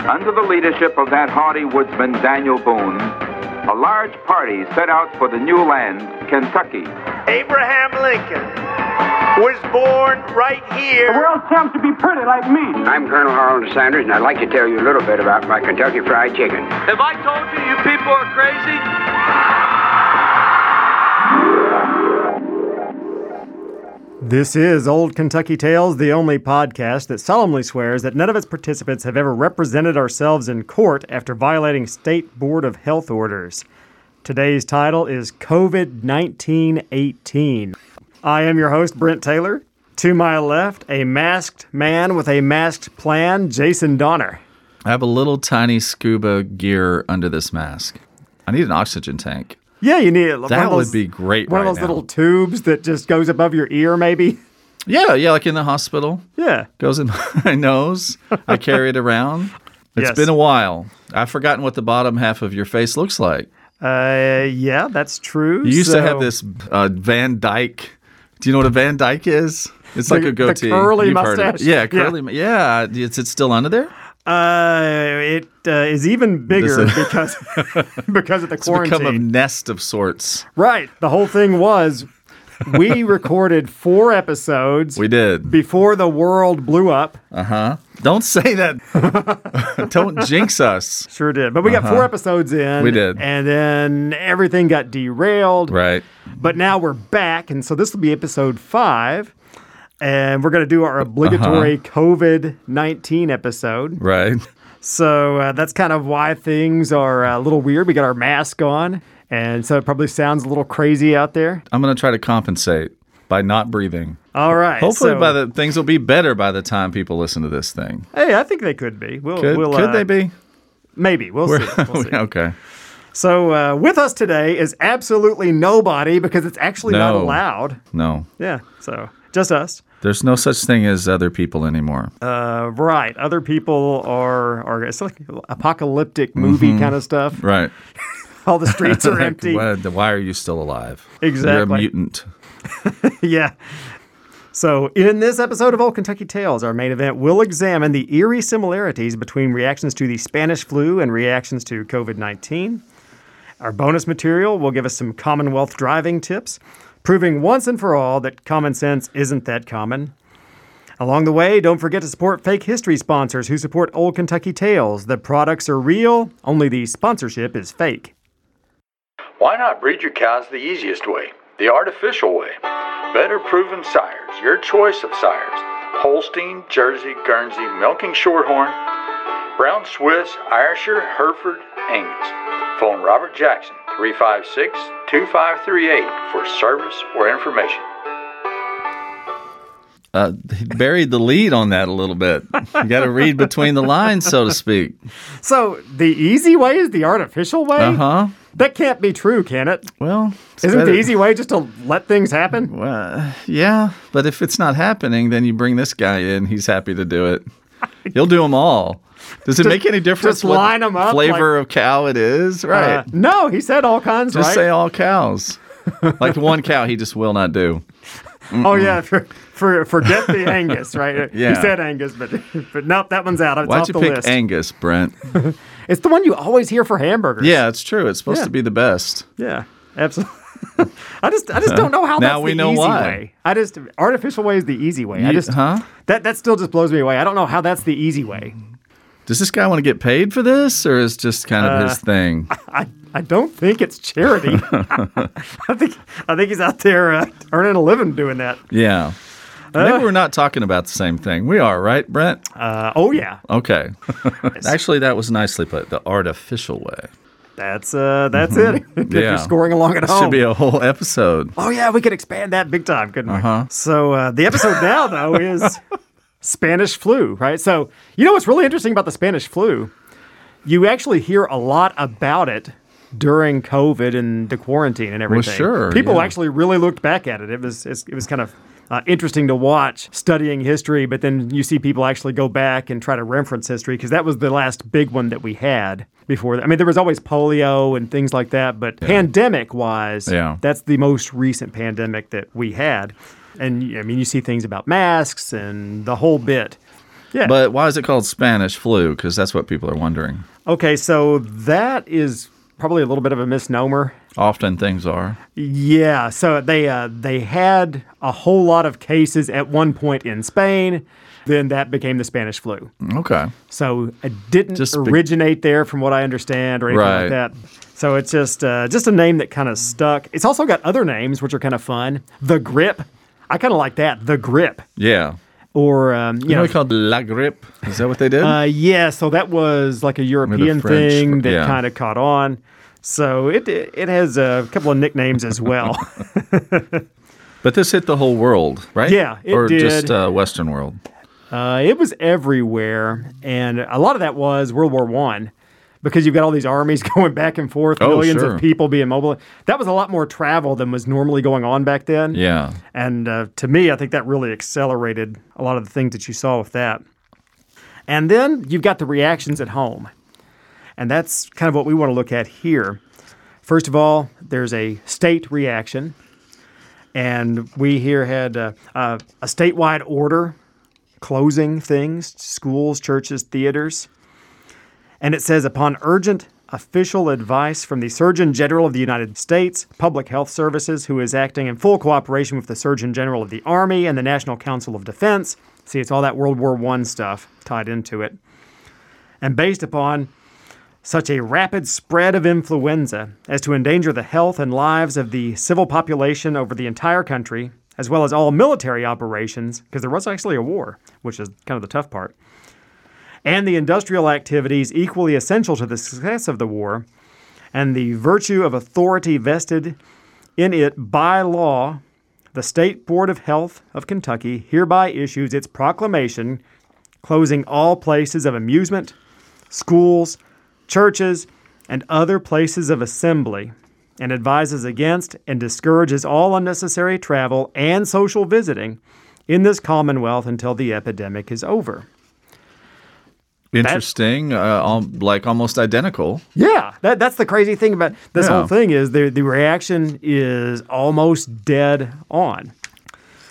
Under the leadership of that hardy woodsman, Daniel Boone, a large party set out for the new land, Kentucky. Abraham Lincoln was born right here. The world comes to be pretty like me. I'm Colonel Harold Sanders, and I'd like to tell you a little bit about my Kentucky Fried Chicken. Have I told you you people are crazy? This is Old Kentucky Tales, the only podcast that solemnly swears that none of its participants have ever represented ourselves in court after violating State Board of Health orders. Today's title is COVID 1918. I am your host, Brent Taylor. To my left, a masked man with a masked plan, Jason Donner. I have a little tiny scuba gear under this mask. I need an oxygen tank. Yeah, you need it. That would be great One right of those now. little tubes that just goes above your ear, maybe. Yeah, yeah, like in the hospital. Yeah. Goes in my nose. I carry it around. It's Yes. been a while. I've forgotten what the bottom half of your face looks like. Uh, yeah, that's true. You used So- to have this uh, Van Dyke. Do you know what a Van Dyke is? It's like The- a the goatee. curly You've heard of it. mustache. Yeah, Yeah. curly. Yeah, yeah is it still under there? Uh, it uh, is even bigger This is- because because of the It's become a quarantine. nest of sorts. right. The whole thing was we recorded four episodes We did. before the world blew up. Don't say that. Don't jinx us. Sure did. But we got four episodes in. Uh-huh. We did. And then everything got derailed. Right. But now we're back. And so this will be episode five. And we're going to do Uh-huh. our obligatory COVID 19 episode. Right. So uh, that's kind of why things are a little weird. We got our mask on, and so it probably sounds a little crazy out there. I'm going to try to compensate by not breathing. All right. Hopefully, so- by the things will be better by the time people listen to this thing. hey, I think they could be. We'll, Could, we'll, could uh, they be? Oh, Maybe we'll see. We'll see. okay. So uh, with us today is absolutely nobody because it's actually not No. allowed. No, Yeah. So just us. there's no such thing as other people anymore. Uh, right. Other people are are it's like apocalyptic movie kind of stuff. right. All the streets are Mm-hmm. Like, empty. why, why are you still alive? You're Exactly. a mutant. yeah. So, in this episode of Old Kentucky Tales, our main event, we'll examine the eerie similarities between reactions to the Spanish flu and reactions to COVID 19. Our bonus material will give us some Commonwealth driving tips, proving once and for all that common sense isn't that common. Along the way, don't forget to support fake history sponsors who support Old Kentucky Tales. The products are real, only the sponsorship is fake. Why not breed your cows the easiest way, the artificial way? Better proven sires, your choice of sires Holstein, Jersey, Guernsey, Milking Shorthorn, Brown Swiss, Ayrshire, Hereford, Angus. Phone Robert Jackson 356 2538 for service or information. Uh, he buried the lead on that a little bit. You got to read between the lines, so to speak. So, the easy way is the artificial way? Uh huh. That can't be true, can it? Well, it's Isn't the better- easy way just to let things happen? Well, yeah, but if it's not happening, then you bring this guy in. He's happy to do it. He'll do them all. Does it make any difference just line 'em what up, flavor of cow it is? Right. Uh, no, he said all kinds, just right? say all cows. like one cow he just will not do. oh yeah, for, for forget the Angus, right? He Yeah. said Angus, but but nope, that one's out. It's Why'd off you the pick list. Angus, Brent? it's the one you always hear for hamburgers. yeah, it's true. It's supposed Yeah. to be the best. yeah, absolutely. I just I just don't know how Now that's we the know easy why. way. I just artificial way is the easy way. I You- just huh? that that still just blows me away. I don't know how that's the easy way. Does this guy want to get paid for this, or is just kind Uh, of his thing? I, I don't think it's charity. I think I think he's out there uh, earning a living doing that. Yeah. Maybe we're not talking about the same thing. We are, right, Brent? Uh, oh yeah, Okay. Actually, that was nicely put. The artificial way. That's uh, that's it. if Yeah. you're scoring along at This home. should be a whole episode. oh yeah, we could expand that big time, couldn't Uh-huh. we? So uh, the episode now though is Spanish flu, right? So you know what's really interesting about the Spanish flu? You actually hear a lot about it during COVID and the quarantine and everything. sure, People yeah. actually really looked back at it. It was it's, it was kind of. Uh, interesting to watch studying history, but then you see people actually go back and try to reference history because that was the last big one that we had before. that. I mean, there was always polio and things like that, but pandemic wise, Yeah. that's the most recent pandemic that we had. And I mean, you see things about masks and the whole bit. Yeah. But why is it called Spanish flu? Because that's what people are wondering. Okay, so that is probably a little bit of a misnomer. Often things are. Yeah, so they uh, they had a whole lot of cases at one point in Spain. Then that became the Spanish flu. Okay. So it didn't Just be- originate there, from what I understand, or anything like Right. that. So it's just uh, just a name that kind of stuck. It's also got other names which are kind of fun. The grip, I kind of like that. The grip, Yeah. or um, you, You know, know, it's called La Grippe. Is that what they did? uh, yeah. So that was like a European French- thing that yeah. kind of caught on. So it it has a couple of nicknames as well. but this hit the whole world, right? Yeah, it or did. just uh, Western world. Uh, it was everywhere, and a lot of that was World War One, because you've got all these armies going back and forth, Oh, millions sure. of people being mobile. That was a lot more travel than was normally going on back then. Yeah. And uh, to me, I think that really accelerated a lot of the things that you saw with that. And then you've got the reactions at home. And that's kind of what we want to look at here. First of all, there's a state reaction. And we here had uh, uh, a statewide order closing things schools, churches, theaters. And it says upon urgent official advice from the Surgeon General of the United States, Public Health Services, who is acting in full cooperation with the Surgeon General of the Army and the National Council of Defense. See, it's all that World War I stuff tied into it. And based upon such a rapid spread of influenza as to endanger the health and lives of the civil population over the entire country, as well as all military operations, because there was actually a war, which is kind of the tough part and the industrial activities equally essential to the success of the war, and the virtue of authority vested in it by law, the State Board of Health of Kentucky hereby issues its proclamation closing all places of amusement, schools, churches, and other places of assembly, and advises against and discourages all unnecessary travel and social visiting in this Commonwealth until the epidemic is over. Interesting. Uh, al- like almost identical. Yeah, that, that's the crazy thing about this Yeah. whole thing is the the reaction is almost dead on.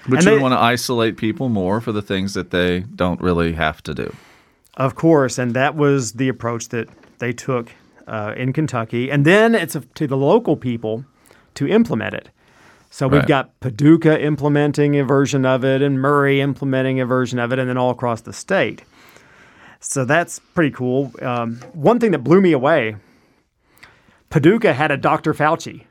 But And you they- want to isolate people more for the things that they don't really have to do. Of course, and that was the approach that they took uh, in Kentucky, and then it's up to the local people to implement it. So we've Right. got Paducah implementing a version of it, and Murray implementing a version of it, and then all across the state. So that's pretty cool. Um, one thing that blew me away: Paducah had a Dr. Fauci.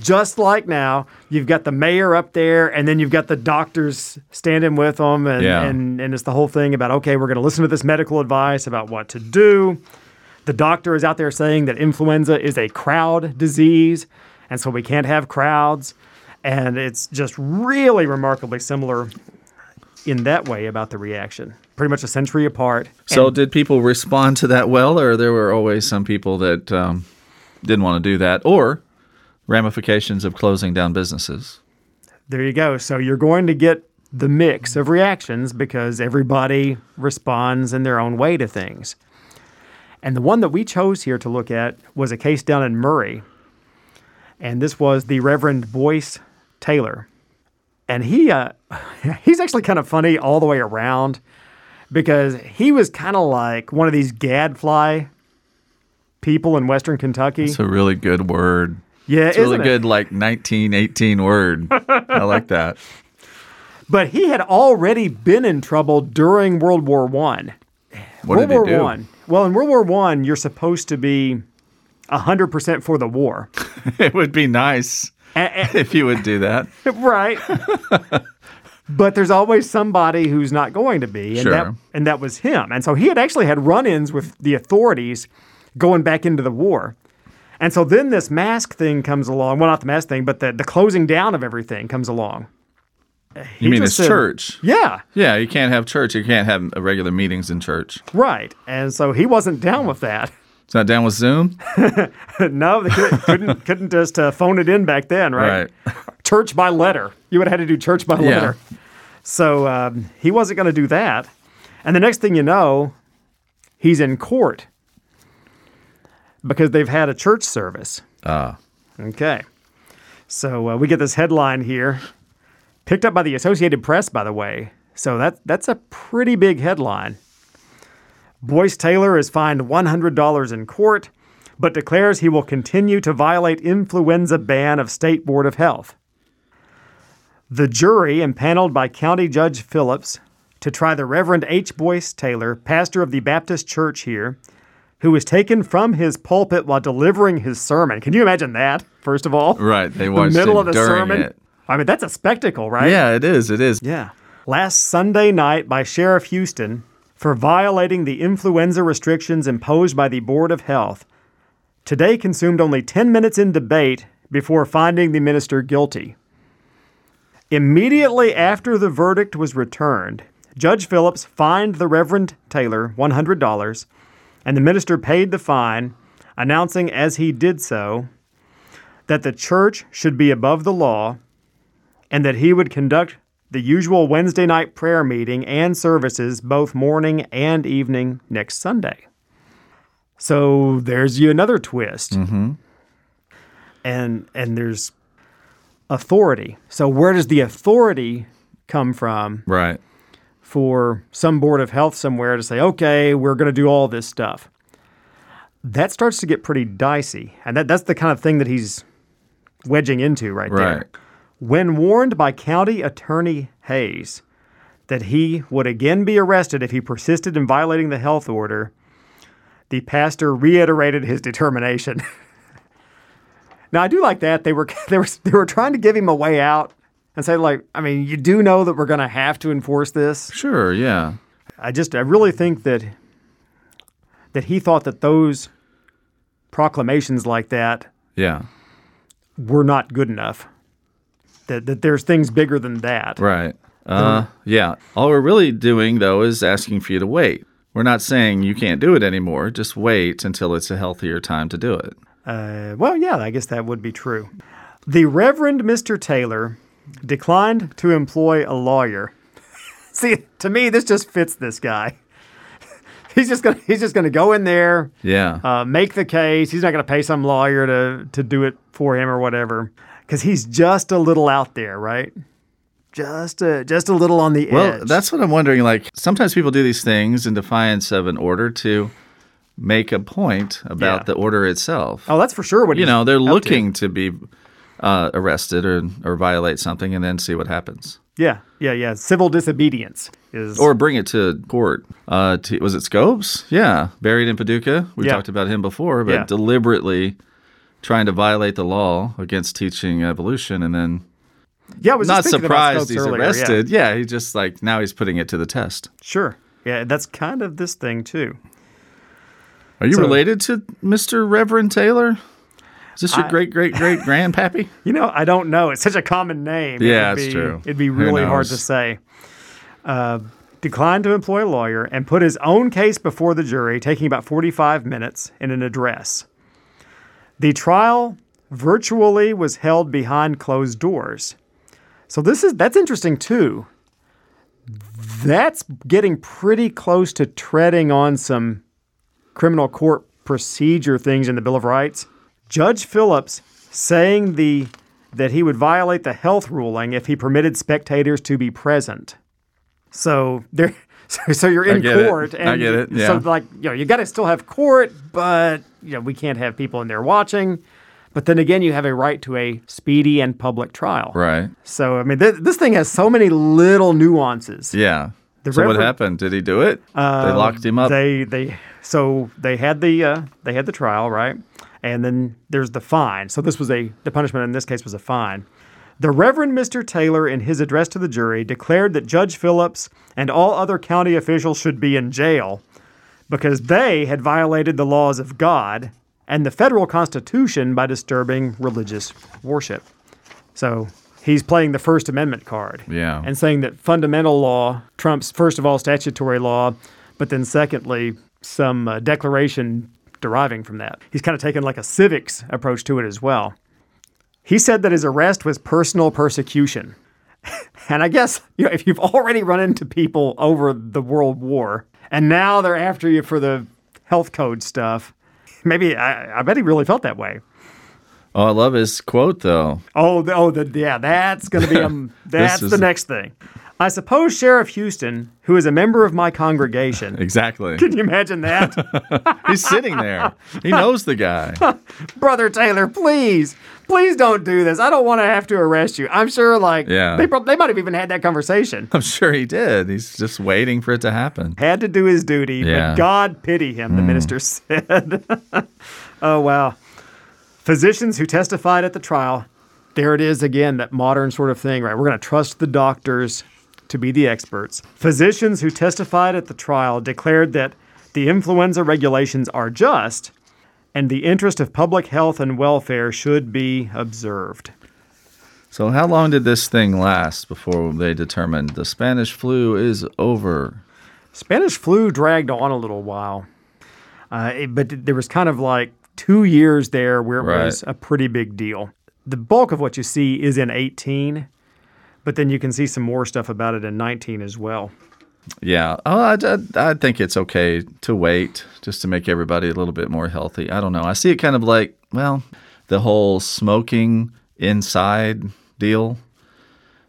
Just like now, you've got the mayor up there, and then you've got the doctors standing with them, and Yeah. and and, and it's the whole thing about okay, we're going to listen to this medical advice about what to do. The doctor is out there saying that influenza is a crowd disease, and so we can't have crowds. And it's just really remarkably similar in that way about the reaction. Pretty much a century apart. So, did people respond to that well, or there were always some people that um, didn't want to do that, or ramifications of closing down businesses? There you go. So you're going to get the mix of reactions because everybody responds in their own way to things. And the one that we chose here to look at was a case down in Murray. And this was the Reverend Boyce Taylor. And he uh, he's actually kind of funny all the way around because he was kind of like one of these gadfly people in Western Kentucky. It's a really good word. yeah, It's a really isn't it? good, like 1918 word. I like that. But he had already been in trouble during World War One. What World did War he do? One. Well, in World War One, you're supposed to be hundred percent for the war, It would be nice A- if you would do that. a- right? but there's always somebody who's not going to be, and that Sure. and that was him. And so he had actually had run-ins with the authorities going back into the war. And so then this mask thing comes along. Well, not the mask thing, but the, the closing down of everything comes along. You mean just it's said- church? Yeah. Yeah, you can't have church. You can't have uh, regular meetings in church. Right. And so he wasn't down with that. It's not down with Zoom, No, they couldn't couldn't, couldn't just uh, phone it in back then, right? right? Church by letter. You would have had to do church by Yeah. letter. So um, he wasn't going to do that. And the next thing you know, he's in court because they've had a church service. Ah. Okay. So uh, we get this headline here, picked up by the Associated Press, by the way. So that that's a pretty big headline. Boyce Taylor is fined $100 in court, but declares he will continue to violate influenza ban of State Board of Health. The jury, impaneled by County Judge Phillips to try the Reverend H. Boyce Taylor, pastor of the Baptist Church here, who was taken from his pulpit while delivering his sermon. Can you imagine that? First of all, Right, they the watched middle of him the during sermon. it. I mean, that's a spectacle, right? Yeah, it is. It is. Yeah. Last Sunday night by Sheriff Houston for violating the influenza restrictions imposed by the Board of Health. Today consumed only 10 minutes in debate before finding the minister guilty. Immediately after the verdict was returned, Judge Phillips fined the Reverend Taylor $100, and the minister paid the fine, announcing as he did so that the church should be above the law and that he would conduct the usual Wednesday night prayer meeting and services both morning and evening next Sunday. So there's you another twist. And and there's authority. So where does the authority come from Right. for some board of health somewhere to say, "Okay, we're going to do all this stuff." That starts to get pretty dicey. And that, that's the kind of thing that he's wedging into right, there. Right. When warned by County Attorney Hayes that he would again be arrested if he persisted in violating the health order, the pastor reiterated his determination. now I do like that they were they were they were trying to give him a way out and say like I mean you do know that we're going to have to enforce this. Sure. Yeah. I just I really think that that he thought that those proclamations like that Yeah. were not good enough. That that there's things bigger than that. Right. Uh, yeah. All we're really doing, though, is asking for you to wait. We're not saying you can't do it anymore. Just wait until it's a healthier time to do it. Uh, well, yeah, I guess that would be true. The Reverend Mr. Taylor declined to employ a lawyer. See, to me, this just fits this guy. he's just gonna he's just gonna go in there, Yeah. uh, make the case. He's not gonna pay some lawyer to to do it for him or whatever, because he's just a little out there, right? Just a just a little on the well, edge. that's what I'm wondering. Like, sometimes people do these things in defiance of an order to make a point about Yeah. the order itself. oh, that's for sure. What you he's know, they're up to. looking to, be uh, arrested or, or violate something and then see what happens. Yeah, yeah, yeah. Civil disobedience is or bring it to court. Uh, to, was it Scopes? Yeah, buried in Paducah. We Yeah. talked about him before, but Yeah. deliberately trying to violate the law against teaching evolution, and then yeah. I was not just thinking about surprised Scopes he's earlier, yeah. arrested. Yeah. he just like now he's putting it to the test. Sure. Yeah, that's kind of this thing too. Are you So- related to Mister Reverend Taylor? Is this your great great great grandpappy? You know, I don't know. It's such a common name. It Yeah, would it's be- true. It'd be Who really hard to knows? say. Uh, declined to employ a lawyer and put his own case before the jury, taking about 45 minutes in an address. The trial virtually was held behind closed doors. So this is that's interesting too. That's getting pretty close to treading on some criminal court procedure things in the Bill of Rights. Judge Phillips saying the that he would violate the health ruling if he permitted spectators to be present. So there so, so you're in get it. court I and get it, so yeah. like you know you got to still have court but you know we can't have people in there watching. But then again you have a right to a speedy and public trial. right. So I mean, th- this thing has so many little nuances. Yeah. The so Reverend- Um, what happened? Did he do it? they locked him up. They they so they had the uh, they had the trial right, and then there's the fine. So this was a the punishment in this case was a fine. The Reverend Mr. Taylor, in his address to the jury, declared that Judge Phillips and all other county officials should be in jail because they had violated the laws of God and the federal constitution by disturbing religious worship. So he's playing the First Amendment card. Yeah. And saying that fundamental law trumps, first of all, statutory law, but then secondly, some uh, declaration deriving from that. He's kind of taken like a civics approach to it as well. He said that his arrest was personal persecution. And I guess you know if you've already run into people over the World War, and now they're after you for the health code stuff. Maybe I, I bet he really felt that way. Oh, I love his quote though. Oh, the, oh, the, yeah, that's going to be um, that's This the is- next thing. I suppose Sheriff Houston, who is a member of my congregation, Exactly. can you imagine that? He's sitting there. He knows the guy. Brother Taylor, please, please don't do this. I don't want to have to arrest you. I'm sure, like, Yeah. they, prob- they might have even had that conversation. I'm sure he did. He's just waiting for it to happen. had to do his duty, Yeah. but God pity him, the minister said. oh, wow. Physicians who testified at the trial, there it is again, that modern sort of thing, right? We're going to trust the doctors to be the experts. Physicians who testified at the trial declared that the influenza regulations are just and the interest of public health and welfare should be observed. So, how long did this thing last before they determined the Spanish flu is over? Spanish flu dragged on a little while, uh, it- but th- there was kind of like two years there where it Right. was a pretty big deal. The bulk of what you see is in 18, but then you can see some more stuff about it in 19 as well. Yeah. Oh, I, I, I think it's okay to wait just to make everybody a little bit more healthy. I don't know. I see it kind of like, well, the whole smoking inside deal.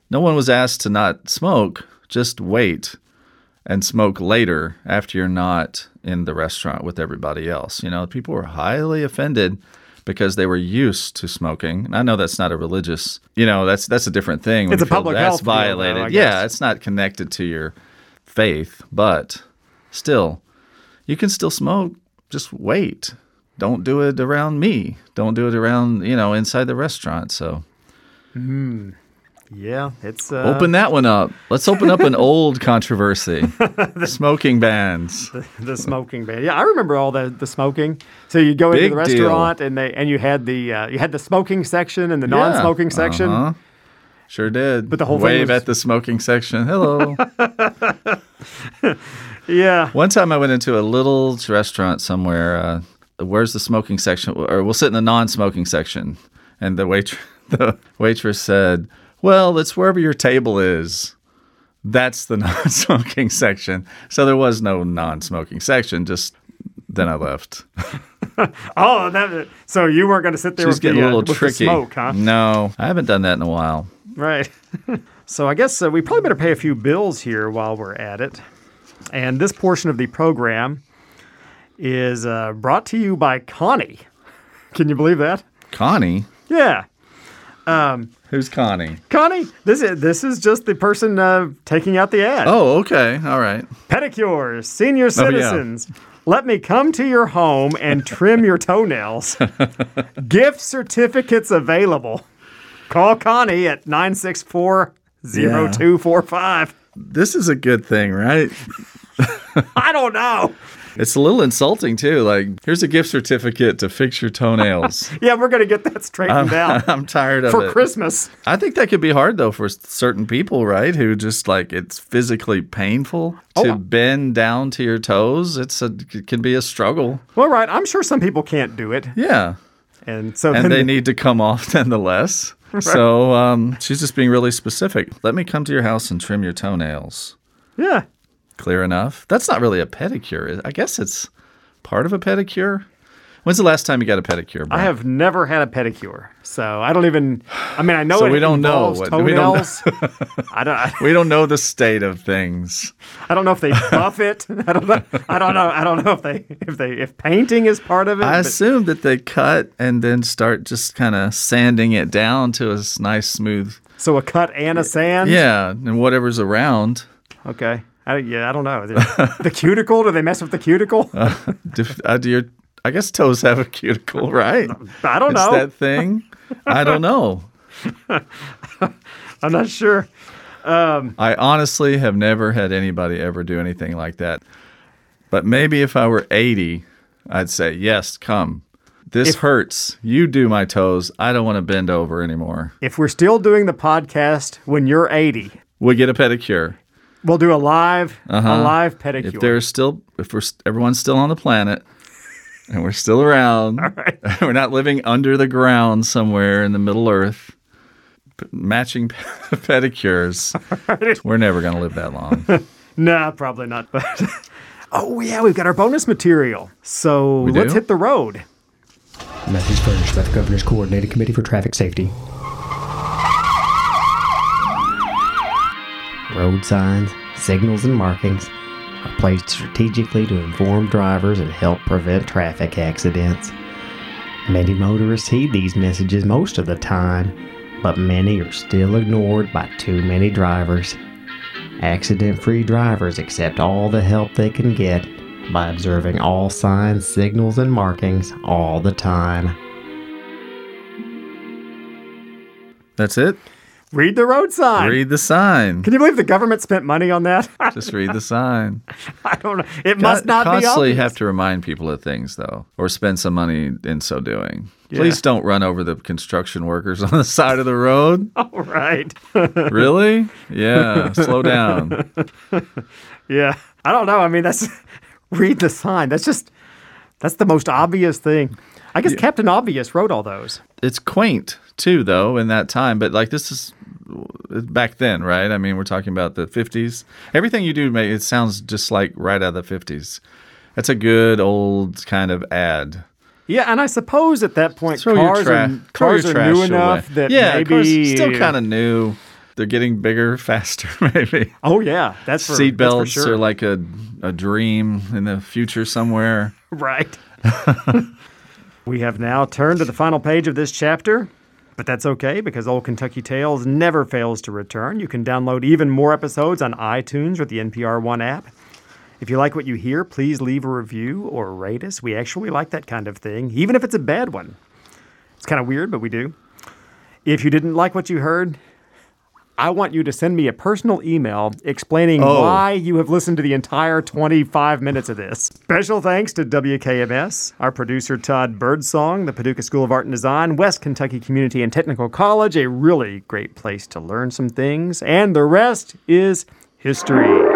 No one was asked to not smoke, just wait and smoke later after you're not in the restaurant with everybody else. You know, people were highly offended because they were used to smoking. And I know that's not a religious, you know, that's that's a different thing. when It's you a feel public that's health deal, though, I guess. violated. yeah, it's not connected to your faith, but still, you can still smoke. Just wait. Don't do it around me. Don't do it around, you know, inside the restaurant. So Yeah, it's uh, open that one up. Let's open up an old controversy smoking bans. the smoking ban. Yeah, I remember all the the smoking. So you go into Big the deal. restaurant and they and you had the uh, you had the smoking section and the Yeah. non-smoking section. Uh-huh. Sure did. But the whole thing Wave was- at the smoking section. Hello. Yeah. One time I went into a little restaurant somewhere. Uh, where's the smoking section? Or we'll sit in the non-smoking section. And the wait- the waitress said, "Well, it's wherever your table is. That's the non-smoking section." So there was no non-smoking section. Just then I left. Oh, that, so you weren't going to sit there Just with, the, getting uh, a little with the tricky. smoke, huh? No, I haven't done that in a while. Right. so I guess uh, we probably better pay a few bills here while we're at it. And this portion of the program is uh, brought to you by Connie. Can you believe that? Connie, Yeah. who's Connie? Connie, this is this is just the person uh, taking out the ad. Oh, okay, all right. Pedicures, senior citizens, let me come to your home and trim your toenails. Gift certificates available. Call Connie at 964 0245. This is a good thing, right? I don't know. It's a little insulting too. Like, here's a gift certificate to fix your toenails. Yeah, we're gonna get that straightened out I'm tired of for Um, it. Christmas. I think that could be hard though for s- certain people, right? Who just like it's physically painful Oh, to bend down to your toes. It's a it can be a struggle. Well, right. I'm sure some people can't do it, Yeah, and so and then they need to come off nonetheless. So um, she's just being really specific. Let me come to your house and trim your toenails. yeah. Clear enough. That's not really a pedicure. is- I guess it's part of a pedicure. When's the last time you got a pedicure? Brian? I have never had a pedicure, so I don't even. I mean, I know So it we don't know involves what- we don't know. toenails. I don't. I, We don't know the state of things. I don't know if they buff it. I don't know. I don't know. I don't know if they if they if painting is part of it. I but- assume that they cut and then start just kind of sanding it down to a s- nice smooth. so a cut and a sand. Yeah, and whatever's around. Okay. I, yeah, I don't know. The, the cuticle? Do they mess with the cuticle? Do, uh, do your, I guess toes have a cuticle, right? I don't It's know. that thing. I don't know. I'm not sure. I honestly have never had anybody ever do anything like that. But maybe if I were 80, I'd say, yes, come. This hurts. You do my toes. I don't want to bend over anymore. If we're still doing the podcast when you're 80, We get a pedicure. We'll do a live, a live pedicure. Uh-huh. if there's still if we're st- everyone's still on the planet and we're still around we're not living under the ground somewhere in the middle earth p- matching p- pedicures we're never going to live that long nah, probably not. But oh yeah, we've got our bonus material. So do? let's hit the road. Message furnished by the Governor's Coordinating Committee for Traffic Safety. Road signs, signals, and markings are placed strategically to inform drivers and help prevent traffic accidents. Many motorists heed these messages most of the time, but many are still ignored by too many drivers. Accident free drivers accept all the help they can get by observing all signs, signals, and markings all the time. That's it. Read the road sign. Read the sign. Can you believe the government spent money on that? Just read the sign. I don't know. It must Con- not be constantly obvious. have to remind people of things though, or spend some money in so doing. Yeah. Please don't run over the construction workers on the side of the road. All right. really? Yeah. Slow down. yeah. I don't know. I mean, that's read the sign. That's just that's the most obvious thing. I guess Captain Obvious wrote all those. It's quaint too, though, in that time. But like this is uh, back then, right? I mean, we're talking about the fifties. Everything you do, ma- it sounds just like right out of the fifties. That's a good old kind of ad. Yeah, and I suppose at that point Throw cars your, tra- are, throw cars your are trash new enough away. that yeah, maybe cars still kind of new. They're getting bigger, faster, maybe. Oh yeah, that's for, Seat that's for belts sure. are like a a dream in the future somewhere. Right. we have now turned to the final page of this chapter, but that's okay because Old Kentucky Tales never fails to return. You can download even more episodes on iTunes with the NPR One app. If you like what you hear, please leave a review or rate us. We actually like that kind of thing, even if it's a bad one. It's kind of weird, but we do. If you didn't like what you heard, I want you to send me a personal email explaining Oh. why you have listened to the entire 25 minutes of this. Special thanks to WKMS, our producer Todd Birdsong, the Paducah School of Art and Design, West Kentucky Community and Technical College, a really great place to learn some things, and the rest is history.